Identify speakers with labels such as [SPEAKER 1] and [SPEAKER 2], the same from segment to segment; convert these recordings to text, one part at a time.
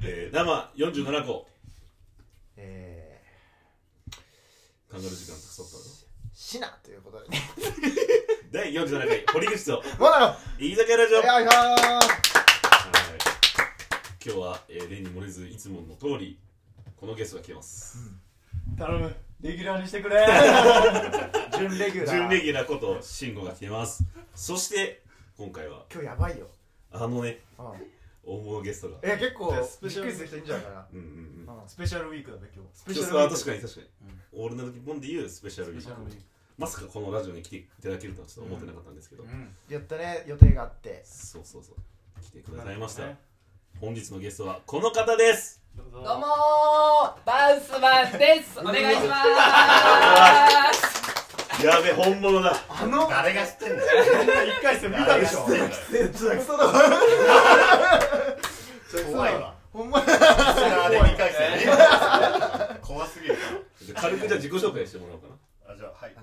[SPEAKER 1] えー、生47個
[SPEAKER 2] え
[SPEAKER 1] 考える時間たくさんあったの
[SPEAKER 2] ー、シナということでね。
[SPEAKER 1] 第47回堀口と
[SPEAKER 2] もうなのよ
[SPEAKER 1] 飯坂ラジオ、
[SPEAKER 2] いしょ
[SPEAKER 1] はい、
[SPEAKER 2] ー
[SPEAKER 1] 今日は、えー、例に漏れずいつもの通りこのゲストが来てます
[SPEAKER 3] 頼むレギュラーにしてくれ
[SPEAKER 2] 準レギュラー。
[SPEAKER 1] 準レギュラーこと慎吾が来てますそして今回は
[SPEAKER 2] 今日やばいよ。
[SPEAKER 1] あのね
[SPEAKER 2] うん。
[SPEAKER 1] 大物ゲストが
[SPEAKER 2] え、結構、
[SPEAKER 3] ス
[SPEAKER 2] び
[SPEAKER 3] ペ
[SPEAKER 2] っ
[SPEAKER 3] シャ
[SPEAKER 2] く
[SPEAKER 3] ル
[SPEAKER 2] りする人いるんじゃないかな。
[SPEAKER 1] うんうんうん
[SPEAKER 2] うん。
[SPEAKER 3] スペシャルウィークだね今日
[SPEAKER 2] ス
[SPEAKER 1] ちょっとあ確かに確かに、オールナイト日本でいうスペシャルウィー
[SPEAKER 3] スペシャルウィー
[SPEAKER 1] ク
[SPEAKER 3] ク
[SPEAKER 1] まさかこのラジオに来ていただけるとはちょっと思ってなかったんですけど、
[SPEAKER 3] うん
[SPEAKER 2] やったね、予定があって。
[SPEAKER 1] そうそうそう来てくださいました、
[SPEAKER 3] ね
[SPEAKER 1] 本日のゲストはこの方です
[SPEAKER 3] どうぞ
[SPEAKER 4] どうもーバウスマン ですお願いしまーす
[SPEAKER 1] やべ本物だ
[SPEAKER 2] あの、
[SPEAKER 5] 誰が知ってんだよ。
[SPEAKER 3] 一回戦見たでし
[SPEAKER 2] ち
[SPEAKER 3] ょ
[SPEAKER 2] ょっと嘘だわ。
[SPEAKER 5] 怖いわ。
[SPEAKER 2] ほんま
[SPEAKER 5] それあれ見返して。怖すぎるか
[SPEAKER 1] 軽くじゃあ自己紹介してもらおうかな
[SPEAKER 5] ら。あじゃあはい。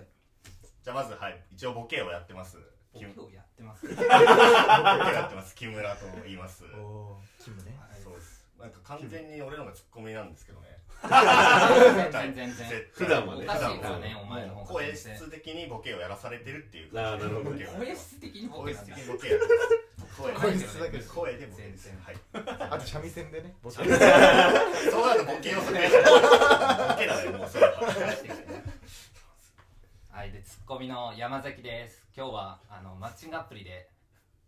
[SPEAKER 5] じゃあまずはい一応ボケをやってます。キムボ
[SPEAKER 4] やってます
[SPEAKER 5] ケをやってます。木村と言います。
[SPEAKER 2] おー、キムね。
[SPEAKER 5] そうです。なんか完全に俺のがツッコミなんですけどね。
[SPEAKER 4] 全然全然
[SPEAKER 5] 絶対
[SPEAKER 1] 普段は
[SPEAKER 4] お
[SPEAKER 1] ね
[SPEAKER 4] かしい
[SPEAKER 5] 普
[SPEAKER 4] か
[SPEAKER 5] 段
[SPEAKER 4] ら
[SPEAKER 5] は
[SPEAKER 4] ねお前の方が
[SPEAKER 5] 声
[SPEAKER 4] 全然
[SPEAKER 5] 質的にボケをやらされてるっていう。
[SPEAKER 1] あーなるほどね
[SPEAKER 4] 声質的にボ
[SPEAKER 5] 声
[SPEAKER 4] ケ
[SPEAKER 5] 質
[SPEAKER 4] なんだ
[SPEAKER 5] 的にボケやる。
[SPEAKER 2] 声
[SPEAKER 5] 声
[SPEAKER 2] 質だけです
[SPEAKER 5] 声でボケです
[SPEAKER 4] 全然
[SPEAKER 5] はい。
[SPEAKER 2] あと、三味線でね。ボタ
[SPEAKER 5] そうなるとボケ要素出ちゃうボケだよもうそれは。
[SPEAKER 4] はいでツッコミの山崎です今日はあのマッチングアプリで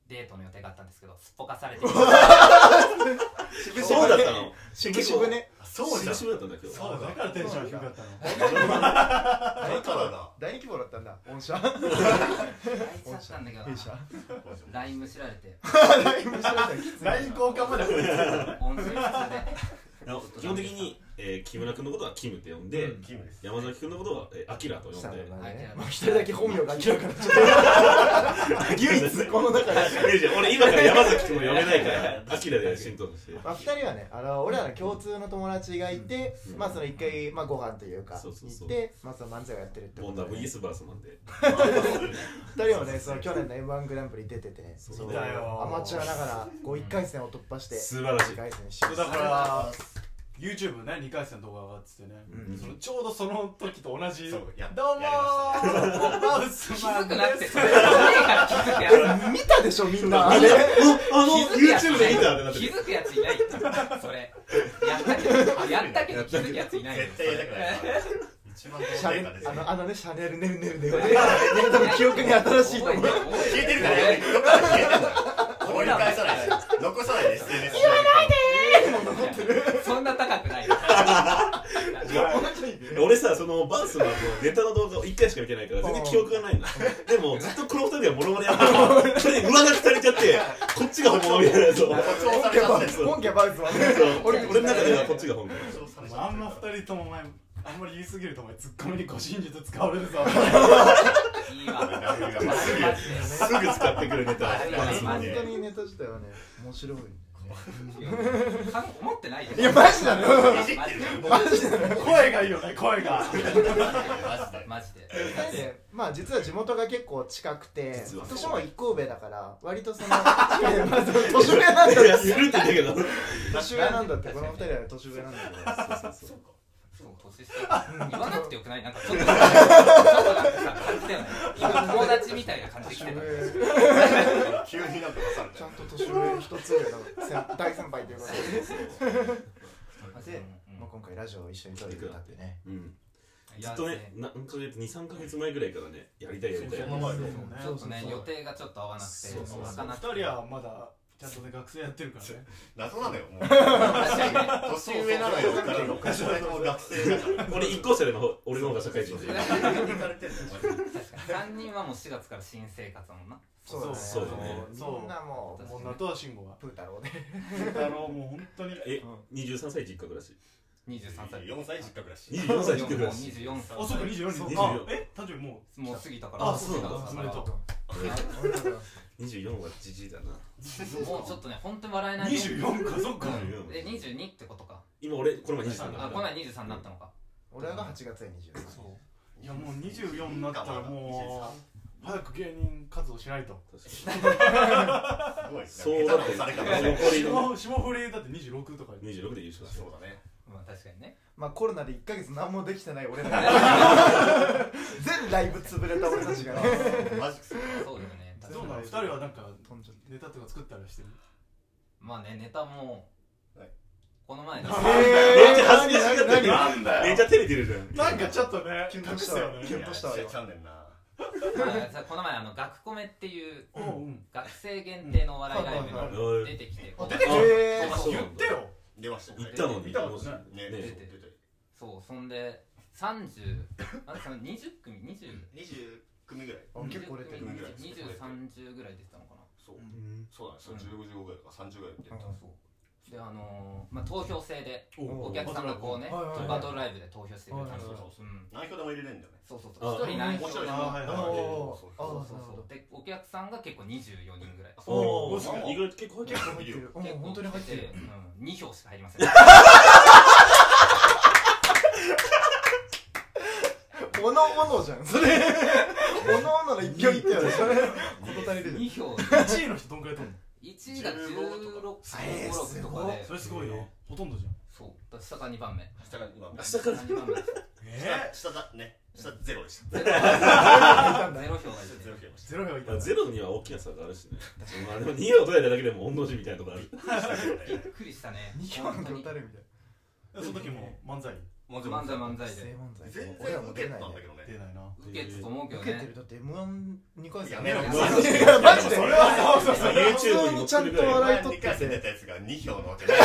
[SPEAKER 4] デートの予定があったんですけどすっぽかされてきました
[SPEAKER 2] 渋
[SPEAKER 1] そうだったの
[SPEAKER 2] 結局ね。
[SPEAKER 5] そうじゃん。
[SPEAKER 1] 渋々だったんだけど
[SPEAKER 5] そう
[SPEAKER 3] だからテンション低かったの
[SPEAKER 5] だからだ。
[SPEAKER 2] 大規模だったんだ。御社。
[SPEAKER 4] 泣いちゃったんだけどな
[SPEAKER 2] 弊社。
[SPEAKER 4] ラインむしられて
[SPEAKER 2] 大無視だった。きついな
[SPEAKER 3] ライン交換まで増えてる
[SPEAKER 4] 音声普通で
[SPEAKER 1] あの基本的に、えー、木村君のことはキムって呼んで、
[SPEAKER 2] うん
[SPEAKER 5] キムです。
[SPEAKER 1] 山崎君のことは、えー、アキラと呼んで
[SPEAKER 2] したんだ
[SPEAKER 1] い
[SPEAKER 2] ね
[SPEAKER 4] はい
[SPEAKER 2] まあ一人だけ本名が明らかになっちゃった唯一この中で
[SPEAKER 1] やいや俺今から山崎君も呼べないからアキラで浸透して
[SPEAKER 2] まあ、2人はねあの俺らの共通の友達がいて、
[SPEAKER 1] うん
[SPEAKER 2] まあその一回、まあ、ご飯というか
[SPEAKER 1] そうそうそう
[SPEAKER 2] 行って、まあ、その漫才をやってるってこ
[SPEAKER 1] ボン
[SPEAKER 2] と
[SPEAKER 1] ダ
[SPEAKER 2] で、ね、
[SPEAKER 1] VS バースマンで
[SPEAKER 2] 2人はねその去年の m 1グランプリ出てて
[SPEAKER 1] そう
[SPEAKER 2] の
[SPEAKER 1] いた
[SPEAKER 3] よ
[SPEAKER 2] アマチュアながらこう1回戦を突破して
[SPEAKER 1] 素晴らしい
[SPEAKER 2] 2回戦進出
[SPEAKER 3] だか
[SPEAKER 2] う
[SPEAKER 3] ら YouTube ね2回戦の動画上がっててね
[SPEAKER 2] ん
[SPEAKER 3] そのちょうどその時と同じど
[SPEAKER 5] そ
[SPEAKER 3] う
[SPEAKER 5] う
[SPEAKER 3] も
[SPEAKER 5] や
[SPEAKER 3] ーバウス
[SPEAKER 4] 気
[SPEAKER 3] マ
[SPEAKER 4] づ
[SPEAKER 3] ン
[SPEAKER 4] くなっ
[SPEAKER 3] で
[SPEAKER 4] て
[SPEAKER 3] す
[SPEAKER 4] それはねえから気づくやつ
[SPEAKER 2] 見たでしょみんな あれ
[SPEAKER 1] あの
[SPEAKER 4] 気づくやつ
[SPEAKER 1] YouTube で見たってなって
[SPEAKER 4] 気
[SPEAKER 1] る
[SPEAKER 4] づくやついないってそれやったけどやったけど気づくやついないよ
[SPEAKER 5] 絶対やりたくないな。一番どう
[SPEAKER 2] シャ
[SPEAKER 5] で
[SPEAKER 2] ネ
[SPEAKER 5] かです
[SPEAKER 2] ルあ
[SPEAKER 5] ね
[SPEAKER 2] の。あのねシャネルねるね るねるねるね多分記憶に新しいと思う
[SPEAKER 4] 覚
[SPEAKER 5] 消
[SPEAKER 4] え
[SPEAKER 5] え
[SPEAKER 4] て
[SPEAKER 5] て
[SPEAKER 4] る
[SPEAKER 5] る
[SPEAKER 4] か
[SPEAKER 5] からら
[SPEAKER 4] 覚え
[SPEAKER 5] や
[SPEAKER 4] て
[SPEAKER 5] め
[SPEAKER 4] る
[SPEAKER 5] て。どっかで消えてるから。盛り返さないで。残さないで SNS。言わないで
[SPEAKER 4] そんな高くない
[SPEAKER 1] 俺さそのバースマンのネタの動画を1回しか見てないから全然記憶がないんだでもずっとこの2人はモノマネやってるからそれに上書きされちゃってこっちが本物みたいなやつを
[SPEAKER 5] 誇張
[SPEAKER 2] 本
[SPEAKER 5] され
[SPEAKER 2] 家
[SPEAKER 5] ちゃ
[SPEAKER 2] バ
[SPEAKER 5] って
[SPEAKER 2] ウ
[SPEAKER 5] る
[SPEAKER 2] ス本家バウスはね
[SPEAKER 1] そう俺俺の中ではこっちが本物
[SPEAKER 5] 誇張されちゃってるか ら
[SPEAKER 3] あんま2人ともお前あんまり言いすぎるとお前ツッコミに護身術使われるぞ
[SPEAKER 4] いいわ
[SPEAKER 5] ライブがすぐ
[SPEAKER 1] すぐ使ってくるネタバースマン
[SPEAKER 2] 本
[SPEAKER 1] で
[SPEAKER 2] 当にネタ自体はね面白い
[SPEAKER 4] 思ってない
[SPEAKER 2] いやマジなのよ
[SPEAKER 5] いじってる
[SPEAKER 4] マジ
[SPEAKER 3] 声がいいよね声が
[SPEAKER 4] でマジで
[SPEAKER 2] でまあ実は地元が結構近くて
[SPEAKER 1] 実は
[SPEAKER 2] 私も一神戸だから割とそのいやまあ年上なんだ
[SPEAKER 1] いやするって言ったけど
[SPEAKER 2] 年上なんだってこの二人は年上なんだけど
[SPEAKER 4] 年下言わなくてよくないなんかちょっとちょっとなんかさ感じだよね友達みたいな感じで来
[SPEAKER 2] 年
[SPEAKER 4] て
[SPEAKER 2] 上
[SPEAKER 4] る
[SPEAKER 5] 急になんか出さ れ
[SPEAKER 2] ち
[SPEAKER 5] た
[SPEAKER 2] ゃんと年上一つ上の先大先輩ということでで、まあ、今回ラジオを一緒に撮るだってね
[SPEAKER 1] うんずっとね、何ヶ月、2、3ヶ月前ぐらいからね、やりたいやりたい。
[SPEAKER 5] そうその前
[SPEAKER 1] そ
[SPEAKER 5] で
[SPEAKER 1] う
[SPEAKER 4] ちょっとね予定がちょっと合わなくて
[SPEAKER 1] そうそう
[SPEAKER 4] なかなか
[SPEAKER 3] 2人はまだちゃんとね学生やってるからね
[SPEAKER 5] 謎なのよもう
[SPEAKER 4] 確かにね
[SPEAKER 5] 年上なのよだから6歳の学生だから
[SPEAKER 1] 俺、一校生の方、俺の方が社会人で。
[SPEAKER 5] 行かれてるの
[SPEAKER 4] 3人はもう4月から新生活だもんな
[SPEAKER 2] そうだね
[SPEAKER 1] そうだね
[SPEAKER 3] そう
[SPEAKER 2] みんなもう
[SPEAKER 3] 女とは慎吾は
[SPEAKER 2] プー太郎ね
[SPEAKER 3] あのもう本当に
[SPEAKER 1] え、23歳実家暮らし。
[SPEAKER 4] 23歳
[SPEAKER 5] 4歳実家暮らし
[SPEAKER 1] 24歳実家暮ら
[SPEAKER 4] もう
[SPEAKER 1] し。
[SPEAKER 4] 24歳
[SPEAKER 3] あそうか24
[SPEAKER 1] そう
[SPEAKER 3] 人あえ誕生日も
[SPEAKER 4] もう過ぎたから
[SPEAKER 3] あそう
[SPEAKER 1] なの
[SPEAKER 3] おめでとう
[SPEAKER 1] 24はじじいだな。
[SPEAKER 4] もうちょっとね本当に笑え
[SPEAKER 3] う
[SPEAKER 4] ない
[SPEAKER 3] 24かそっか
[SPEAKER 1] 24
[SPEAKER 4] え22ってことか
[SPEAKER 1] 今、俺、この前23
[SPEAKER 4] あ
[SPEAKER 1] だ
[SPEAKER 4] この。前23になったのか
[SPEAKER 2] 俺らが8月で23
[SPEAKER 3] そういやもう24になったらも早く芸人活動しないと
[SPEAKER 5] すごいです
[SPEAKER 1] そ
[SPEAKER 5] ね
[SPEAKER 1] う
[SPEAKER 5] 下
[SPEAKER 1] だ
[SPEAKER 5] 手
[SPEAKER 1] っ
[SPEAKER 5] な
[SPEAKER 1] て
[SPEAKER 5] 押され方
[SPEAKER 1] 残りの
[SPEAKER 3] 霜霜降りだって26とかで
[SPEAKER 1] 26で優勝した
[SPEAKER 5] そうだね
[SPEAKER 4] まあ確かにね
[SPEAKER 2] まあコロナで1ヶ月何もできてない俺らが 全ライブ潰れた俺たち がね
[SPEAKER 5] マジックする
[SPEAKER 4] そうだよね確
[SPEAKER 3] ど
[SPEAKER 4] か
[SPEAKER 3] う
[SPEAKER 4] に
[SPEAKER 3] なの2人はなんか
[SPEAKER 2] 飛んじゃって
[SPEAKER 3] ネタとか作ったりしてる
[SPEAKER 4] まあねネタも
[SPEAKER 5] はい
[SPEAKER 4] この前
[SPEAKER 1] めっち
[SPEAKER 2] え
[SPEAKER 1] ゃ恥ずかしかったけど
[SPEAKER 5] なんだよ
[SPEAKER 1] めっちゃ照れてるじゃん
[SPEAKER 3] なんかちょっとね
[SPEAKER 2] キュン
[SPEAKER 3] 隠
[SPEAKER 2] とし
[SPEAKER 3] す
[SPEAKER 2] た
[SPEAKER 3] よ
[SPEAKER 2] キ
[SPEAKER 3] ね
[SPEAKER 2] ュンとしたわ
[SPEAKER 5] い
[SPEAKER 2] よ
[SPEAKER 5] やしちゃうんだよな
[SPEAKER 4] まあさこの前あの学コメっていう
[SPEAKER 3] うんうん
[SPEAKER 4] 学生限定のお笑いライブ
[SPEAKER 2] はいはい
[SPEAKER 4] に
[SPEAKER 1] お
[SPEAKER 4] 出
[SPEAKER 1] い
[SPEAKER 4] てきて
[SPEAKER 3] あ出てき
[SPEAKER 1] あ
[SPEAKER 3] て
[SPEAKER 2] え
[SPEAKER 1] あそう
[SPEAKER 3] 言ってよ
[SPEAKER 5] 出ました
[SPEAKER 1] 行
[SPEAKER 5] ね
[SPEAKER 1] ったのに
[SPEAKER 3] 見たことない
[SPEAKER 1] ね
[SPEAKER 5] ね出て出て
[SPEAKER 4] そうそんで30あその20組20
[SPEAKER 5] 20組ぐらい
[SPEAKER 2] あ結構出てる
[SPEAKER 5] ぐらい
[SPEAKER 4] 2030ぐらい出てたのかな
[SPEAKER 5] そう
[SPEAKER 1] うん
[SPEAKER 5] そうだねそれ15、15ぐらいか30ぐらいで
[SPEAKER 2] うん
[SPEAKER 4] そうであのーまあ投票制で
[SPEAKER 2] お
[SPEAKER 4] お客さんがこうね
[SPEAKER 3] はいはいはい
[SPEAKER 4] バトルライブで投票してくれたんです
[SPEAKER 5] そう
[SPEAKER 4] よ
[SPEAKER 5] そうそう
[SPEAKER 4] うん
[SPEAKER 5] 何票でも入れれんだよね
[SPEAKER 4] そうそうそう
[SPEAKER 1] あ
[SPEAKER 4] 一人何
[SPEAKER 5] 面
[SPEAKER 4] 票
[SPEAKER 5] 白い
[SPEAKER 4] で
[SPEAKER 5] な
[SPEAKER 3] あはいはい
[SPEAKER 5] はい
[SPEAKER 2] おー
[SPEAKER 5] そう
[SPEAKER 4] そ
[SPEAKER 5] そう
[SPEAKER 4] うそうそうでお客さんが結構24人ぐらい
[SPEAKER 1] お
[SPEAKER 5] お
[SPEAKER 1] お
[SPEAKER 5] ー
[SPEAKER 1] 意外と結構入ってる
[SPEAKER 5] 結構
[SPEAKER 2] 入ってるうん
[SPEAKER 4] 結構
[SPEAKER 2] 本当に入ってる
[SPEAKER 4] うん2票しか入りません
[SPEAKER 2] おのおのじゃんそ れおのおのの一票いったよねそれこと足りるじゃん
[SPEAKER 4] 2票
[SPEAKER 3] 1位の人どんくらい取る
[SPEAKER 4] 1位が
[SPEAKER 5] 15
[SPEAKER 4] 16
[SPEAKER 5] と
[SPEAKER 4] とか
[SPEAKER 3] の
[SPEAKER 4] で
[SPEAKER 3] それすごいよほとんどじゃん
[SPEAKER 4] そうだから下が2番目
[SPEAKER 5] 下が今
[SPEAKER 1] 下から
[SPEAKER 4] 2番 目です
[SPEAKER 5] 下下だね下ゼロでした
[SPEAKER 4] ゼロゼロ票がい
[SPEAKER 5] 下
[SPEAKER 4] て
[SPEAKER 5] ゼロ増えまし
[SPEAKER 3] ゼロ票いた
[SPEAKER 1] まあ
[SPEAKER 3] の
[SPEAKER 1] ゼロには大きな差があるしねまあでも2を取れただけでも御の字みたいなとこある
[SPEAKER 4] びっくりしたね
[SPEAKER 2] 2票なん
[SPEAKER 4] 本
[SPEAKER 2] て
[SPEAKER 4] 当に
[SPEAKER 2] 打たれるみたい
[SPEAKER 3] その時も漫才
[SPEAKER 5] たもちろん
[SPEAKER 4] 漫才漫
[SPEAKER 2] な
[SPEAKER 4] 才で
[SPEAKER 2] 漫
[SPEAKER 5] 全
[SPEAKER 2] 俺ら
[SPEAKER 5] 然
[SPEAKER 2] も
[SPEAKER 5] 受
[SPEAKER 2] 出
[SPEAKER 5] け
[SPEAKER 2] な
[SPEAKER 5] た
[SPEAKER 2] い
[SPEAKER 5] ん
[SPEAKER 2] ね
[SPEAKER 5] だけどね
[SPEAKER 3] 出ないな
[SPEAKER 4] 受けつと思うけど
[SPEAKER 2] 受けて
[SPEAKER 4] ね
[SPEAKER 2] るだって M1 二回戦
[SPEAKER 5] やめろ
[SPEAKER 2] い
[SPEAKER 5] もう
[SPEAKER 2] やマジで
[SPEAKER 5] それ
[SPEAKER 2] は
[SPEAKER 1] そうそう
[SPEAKER 2] 普通
[SPEAKER 1] YouTube に
[SPEAKER 2] に
[SPEAKER 1] 載っ
[SPEAKER 2] ちゃ
[SPEAKER 1] て
[SPEAKER 2] ん
[SPEAKER 1] る
[SPEAKER 2] と
[SPEAKER 1] ぐらい
[SPEAKER 2] 笑い取
[SPEAKER 5] 2
[SPEAKER 2] っ
[SPEAKER 5] 回
[SPEAKER 2] て
[SPEAKER 5] 戦出
[SPEAKER 2] て
[SPEAKER 5] たやつが2票のわけない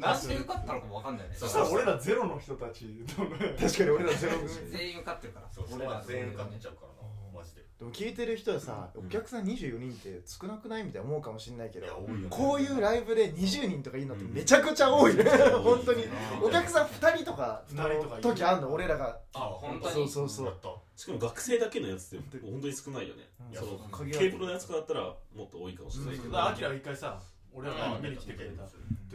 [SPEAKER 4] なんで受かったのかも分かんないね
[SPEAKER 5] そう
[SPEAKER 3] そしたら俺らゼロの人たちとね
[SPEAKER 2] 確かに俺らゼロ組
[SPEAKER 4] 全員受かってるから
[SPEAKER 5] そうそう
[SPEAKER 4] 俺ら
[SPEAKER 5] 全員受かっ
[SPEAKER 4] ね
[SPEAKER 5] ちゃうからなマジで
[SPEAKER 2] でも聞いてる人はさ
[SPEAKER 1] う
[SPEAKER 2] お
[SPEAKER 1] ん
[SPEAKER 2] 客さん24人って少なくないみたいな思うかもしれないけ
[SPEAKER 5] いや
[SPEAKER 2] ど
[SPEAKER 5] 多いよね
[SPEAKER 2] こういうライブで20人とかいいのってめちゃくちゃ多いね本当にお客さん2人とかの
[SPEAKER 3] 二人とかいる
[SPEAKER 2] 時あんの俺らが
[SPEAKER 5] あ
[SPEAKER 4] 本当に
[SPEAKER 2] そうそうそ
[SPEAKER 5] や
[SPEAKER 2] う
[SPEAKER 5] った
[SPEAKER 1] しかも学生だけのやつってもう本当に少ないよね
[SPEAKER 2] うん
[SPEAKER 1] その
[SPEAKER 2] 鍵が
[SPEAKER 1] K プロのやつとかだったらもっと多いかもしれないけ
[SPEAKER 3] だ
[SPEAKER 1] ど
[SPEAKER 3] からアキラが一回さ俺らが見に来てくれた
[SPEAKER 2] うん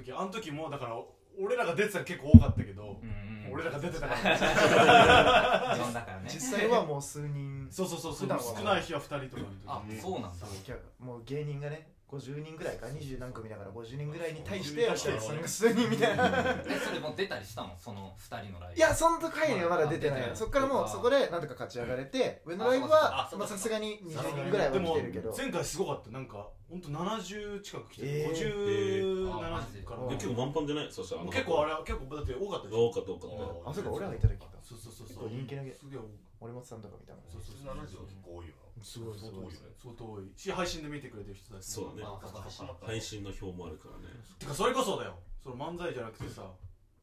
[SPEAKER 3] 時あの時もだから俺らが出てたら結構多かったけど
[SPEAKER 4] うんうん
[SPEAKER 3] 俺らが出てたから
[SPEAKER 4] 呼んだからね
[SPEAKER 2] 実際はもう数人
[SPEAKER 3] そうそうそうそ
[SPEAKER 2] 普
[SPEAKER 3] う
[SPEAKER 2] 段は
[SPEAKER 3] 少ない日は2人とかの時
[SPEAKER 4] あそうなんだ
[SPEAKER 2] そうお客もう芸人がね50人ぐらいか20何組だから50人ぐらいに対し
[SPEAKER 3] 50
[SPEAKER 2] て
[SPEAKER 3] 人
[SPEAKER 2] そ
[SPEAKER 3] 対して
[SPEAKER 2] の数人みたいな
[SPEAKER 4] えそれもう出たりしたのその2人のライブ
[SPEAKER 2] いや、その回にはまだ出てない
[SPEAKER 4] あ
[SPEAKER 2] よ。そっからもう、
[SPEAKER 4] 出てない
[SPEAKER 2] そこでなんとか勝ち上がれて、上のライブは
[SPEAKER 5] あそ、う
[SPEAKER 2] まあ
[SPEAKER 5] かあ
[SPEAKER 2] さすがに
[SPEAKER 5] そうか
[SPEAKER 2] 20人ぐらいは来てるけど
[SPEAKER 3] でも。前回すごかったなんか本当70近く来てる、
[SPEAKER 2] えー
[SPEAKER 3] 57
[SPEAKER 4] えーあマジで
[SPEAKER 3] から
[SPEAKER 1] え結構満帆じゃないそしたらの
[SPEAKER 3] 結構あれ結構だって多かったでし
[SPEAKER 1] 多
[SPEAKER 3] ょ
[SPEAKER 1] かった多かった
[SPEAKER 2] あ、そうか、俺らがいた時か。
[SPEAKER 3] そうそうそう
[SPEAKER 2] 結
[SPEAKER 3] そ
[SPEAKER 2] 構
[SPEAKER 3] う
[SPEAKER 2] 人気だけ
[SPEAKER 3] すげえ多かっ
[SPEAKER 2] 森本さんとか見たの。
[SPEAKER 3] たそうそうそう
[SPEAKER 5] 70は結構多いよ
[SPEAKER 2] すごい、す
[SPEAKER 5] 相
[SPEAKER 2] ご
[SPEAKER 5] 当
[SPEAKER 2] い
[SPEAKER 5] 多いよ。ね
[SPEAKER 3] 相当多いし配信で見てくれてる人たちも
[SPEAKER 1] そうだね
[SPEAKER 4] あそっかそっか
[SPEAKER 1] 配信の表もあるからね
[SPEAKER 3] てかそれこそだよその漫才じゃなくてさ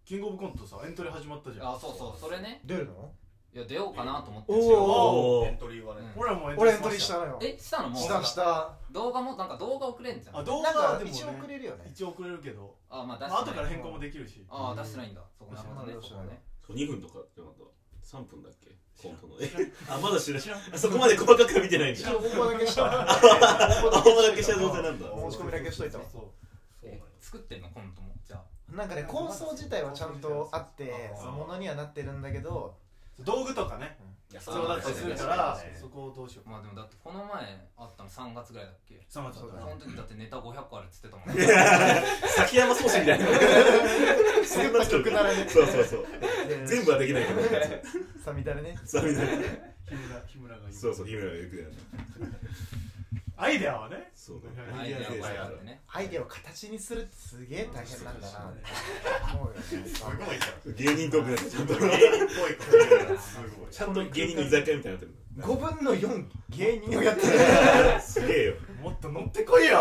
[SPEAKER 3] キングオブコントさエントリー始まったじゃん
[SPEAKER 4] あそうそうそれね
[SPEAKER 2] 出るの
[SPEAKER 4] いや出ようかなと思って
[SPEAKER 2] おー
[SPEAKER 5] エントリーはね
[SPEAKER 3] 俺らも
[SPEAKER 2] 俺エントリーしたのよ。
[SPEAKER 4] えしたのもう
[SPEAKER 2] した、した。
[SPEAKER 4] 動画もなんか動画送れんじゃん
[SPEAKER 3] あ
[SPEAKER 4] あ
[SPEAKER 3] 動
[SPEAKER 2] なん
[SPEAKER 3] 画
[SPEAKER 2] か
[SPEAKER 3] で、も、ね、
[SPEAKER 2] 一応くれるよね。
[SPEAKER 3] 一応送れるけど、
[SPEAKER 4] まあ出
[SPEAKER 3] ま
[SPEAKER 4] し
[SPEAKER 3] あ後
[SPEAKER 4] てな
[SPEAKER 3] か
[SPEAKER 4] い
[SPEAKER 3] ら変更もできるし
[SPEAKER 4] ああ出してないんだそこなるほどね
[SPEAKER 2] 出してない
[SPEAKER 4] そこね
[SPEAKER 1] 2分とかってなかった3分だっけコントのえ
[SPEAKER 3] 知らん
[SPEAKER 1] あまだ知ら
[SPEAKER 3] 知らん
[SPEAKER 1] んそこまで細かくは見てないん
[SPEAKER 2] 一
[SPEAKER 1] だ
[SPEAKER 2] 応応募だけした。応
[SPEAKER 1] あほんまだけした状態なんだ
[SPEAKER 2] 申し込みだけしといたわ
[SPEAKER 3] そうそう
[SPEAKER 5] そうなん
[SPEAKER 4] え
[SPEAKER 5] よ
[SPEAKER 4] 作ってんのコントもじゃあ
[SPEAKER 2] なんかね、構想自体はちゃんとあって、
[SPEAKER 3] あー
[SPEAKER 2] そのものにはなってるんだけど、
[SPEAKER 3] 道具とかね
[SPEAKER 5] いや
[SPEAKER 3] 必要だったりするからそこをどうしよう
[SPEAKER 4] まあでもだってこの前あったの3月ぐらいだっけ
[SPEAKER 3] 3月だ
[SPEAKER 2] そう
[SPEAKER 3] った
[SPEAKER 2] だ
[SPEAKER 4] そ
[SPEAKER 3] ら
[SPEAKER 2] ね
[SPEAKER 4] の時だってネタ500個あるっつってたもんね
[SPEAKER 1] 崎山宗師みたい なそんな人
[SPEAKER 2] 曲ならね
[SPEAKER 1] そうそうそう全部はでき ないけど
[SPEAKER 2] さみだれね。
[SPEAKER 1] そうみたいな
[SPEAKER 3] 日村日村が言う
[SPEAKER 1] そうそう日村がよくやる
[SPEAKER 3] アイデアはね
[SPEAKER 1] そうね
[SPEAKER 3] はい
[SPEAKER 4] アイデアがあってね
[SPEAKER 2] アイデアを形にするってすげえ大変なんだなって思うよね。
[SPEAKER 5] すごいじゃ
[SPEAKER 1] 芸人トークだちゃんと
[SPEAKER 5] ん芸人っぽいこと言うなすごい
[SPEAKER 1] ちゃんと芸人の居酒屋みたいになって
[SPEAKER 2] 5分の4芸人をやってる
[SPEAKER 1] るすげえよ
[SPEAKER 3] もっと乗ってこいよ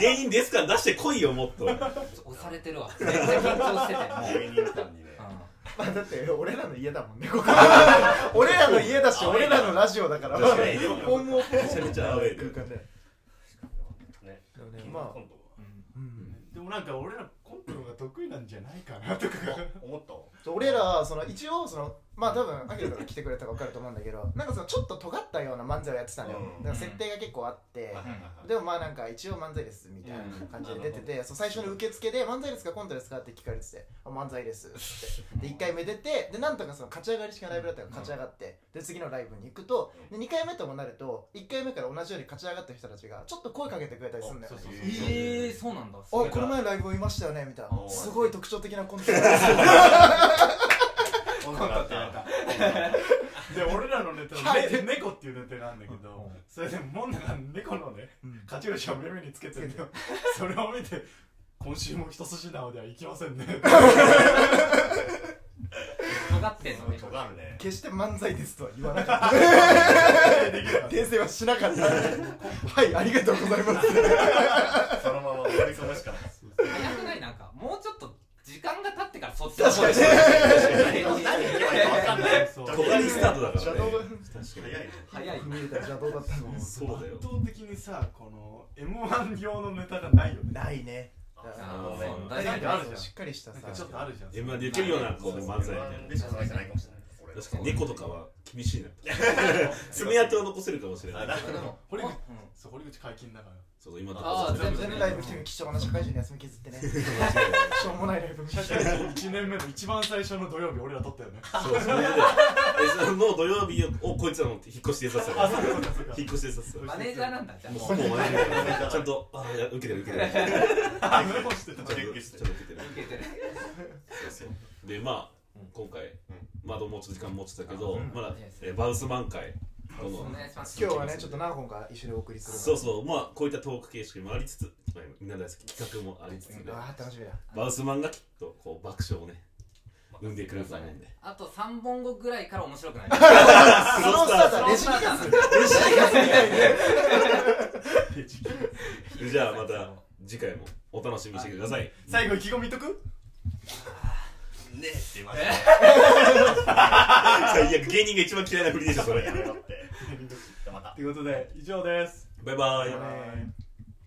[SPEAKER 1] 芸人ですから出してこいよもっと
[SPEAKER 4] 押されてるわめっちゃ緊張しててもう
[SPEAKER 5] 芸人感にね
[SPEAKER 2] まあだって俺らの家だもんねここ俺らの家だし俺らのラジオだから
[SPEAKER 5] 確かにでも
[SPEAKER 2] 本も
[SPEAKER 1] めちゃめちゃアウェー
[SPEAKER 2] 空
[SPEAKER 1] で
[SPEAKER 2] 間で
[SPEAKER 5] ね
[SPEAKER 2] でもねまあ
[SPEAKER 5] 今度は
[SPEAKER 4] うんう
[SPEAKER 2] う
[SPEAKER 4] ん
[SPEAKER 2] ん
[SPEAKER 3] でもなんか俺らコントの方が得意なんじゃないかなとか
[SPEAKER 5] 思ったわ
[SPEAKER 2] そう俺らはその一応そのまあ多分アキラが来てくれたから分かると思うんだけどなんかそのちょっと尖ったような漫才をやってたのよ、
[SPEAKER 5] うん
[SPEAKER 2] なんか設定が結構あって、
[SPEAKER 5] う
[SPEAKER 2] でもまあなんか一応漫才ですみたいな感じで出てて、そう最初の受付で漫才ですかコントですかって聞かれててあ漫才ですってで1回目出てでなんとかその勝ち上がり式のライブだったから勝ち上がってで次のライブに行くとで2回目ともなると1回目から同じように勝ち上がった人たちがちょっと声かけてくれたりするんだよ
[SPEAKER 5] そうそうそう
[SPEAKER 4] えー、そうなんだ。
[SPEAKER 2] あこの前ライブ見ましたよねみたい
[SPEAKER 1] お
[SPEAKER 2] な
[SPEAKER 1] う
[SPEAKER 2] すごい特徴的なコントだ
[SPEAKER 5] 今
[SPEAKER 3] コント
[SPEAKER 5] 度だ
[SPEAKER 3] っ
[SPEAKER 5] ってた
[SPEAKER 3] 言われたで俺らのネタ
[SPEAKER 2] はい
[SPEAKER 3] ね猫っていうネタなんだけ
[SPEAKER 2] う
[SPEAKER 3] ど
[SPEAKER 2] ん
[SPEAKER 3] それでモンナが猫のね
[SPEAKER 2] うん
[SPEAKER 3] カチューシャを耳につけてるのそれを見て今週も一筋縄ではいきません ね
[SPEAKER 4] 尖ってんのね。
[SPEAKER 5] 尖るね
[SPEAKER 2] 決して漫才ですとは言わなかった訂正はしなかったはいありがとうございます
[SPEAKER 5] そのまま終わりそうでしかない
[SPEAKER 4] 早くないなんか、もうちょっと時間が経ってからそっち
[SPEAKER 2] 確かに
[SPEAKER 5] 何何言ってるか分かんない
[SPEAKER 3] そう
[SPEAKER 1] 尖りスタートだからね確
[SPEAKER 2] 邪道
[SPEAKER 1] かに
[SPEAKER 5] 早い
[SPEAKER 4] 早い。
[SPEAKER 2] 見えた邪道だったの
[SPEAKER 1] そうだよ
[SPEAKER 3] 圧倒的にさこの m 1用のネタがないよね
[SPEAKER 2] ないね
[SPEAKER 4] あーそう
[SPEAKER 2] だ
[SPEAKER 4] 大
[SPEAKER 2] か
[SPEAKER 4] 丈
[SPEAKER 3] 夫ある
[SPEAKER 2] ら
[SPEAKER 3] じゃん
[SPEAKER 2] しっかりした
[SPEAKER 3] な
[SPEAKER 2] さ
[SPEAKER 3] んかちょっとあるじゃん
[SPEAKER 1] M1 で受けるようなこう漫才みたい
[SPEAKER 5] でしかそれじゃないかもしれない
[SPEAKER 1] な確かに猫とかは厳しいな爪痕は残せるかもしれない
[SPEAKER 5] あなる
[SPEAKER 4] 夫。でも、
[SPEAKER 3] これ
[SPEAKER 4] うん
[SPEAKER 3] そう堀口解禁だから
[SPEAKER 1] そうそう今と
[SPEAKER 4] あ
[SPEAKER 1] か
[SPEAKER 4] ー全
[SPEAKER 2] 全
[SPEAKER 4] 然
[SPEAKER 2] ライブ来てる貴重な社会人の休み削ってねしょうもないライブ見せ
[SPEAKER 3] 社
[SPEAKER 2] て
[SPEAKER 3] 会人1年目の一番最初の土曜日俺ら撮ったよね
[SPEAKER 1] そうそれでえその土曜日をこいつらの引っ越しでさせたから引っ越しでさせた
[SPEAKER 4] マネージャーなんだ、じゃあ
[SPEAKER 1] もう
[SPEAKER 4] も
[SPEAKER 1] ほぼ同じちゃんとあいや受けてる受けてるちゃんと
[SPEAKER 3] メモしてた
[SPEAKER 1] ちゃんと受けてる
[SPEAKER 4] う。受けてる。
[SPEAKER 1] そうそうでまあ今回まだもうちょっと時間持ってたけど
[SPEAKER 2] うん
[SPEAKER 1] まだ
[SPEAKER 4] いいですね
[SPEAKER 1] えバウス満開どんど
[SPEAKER 4] お
[SPEAKER 1] ん
[SPEAKER 4] 願いします。
[SPEAKER 2] 今日はねちょっと何本か一緒にお送りする
[SPEAKER 1] そうそうまあこういったトーク形式もありつつまあみんな大好き企画もありつつね
[SPEAKER 2] ああ楽しみだ
[SPEAKER 1] バウスマンがきっとこう爆笑をね生んでくれると思うんで
[SPEAKER 4] あと3本後ぐらいから面白くない。
[SPEAKER 2] スロースターだレジ
[SPEAKER 4] リカス。
[SPEAKER 1] じゃあまた次回もお楽しみにしてください
[SPEAKER 3] 最後意気込みとく
[SPEAKER 5] ねえって言われ
[SPEAKER 4] え
[SPEAKER 1] 最悪芸人が一番 嫌いなふりでしょそれ
[SPEAKER 5] やめろってまた
[SPEAKER 3] ということで以上です
[SPEAKER 1] バイバイ
[SPEAKER 2] はい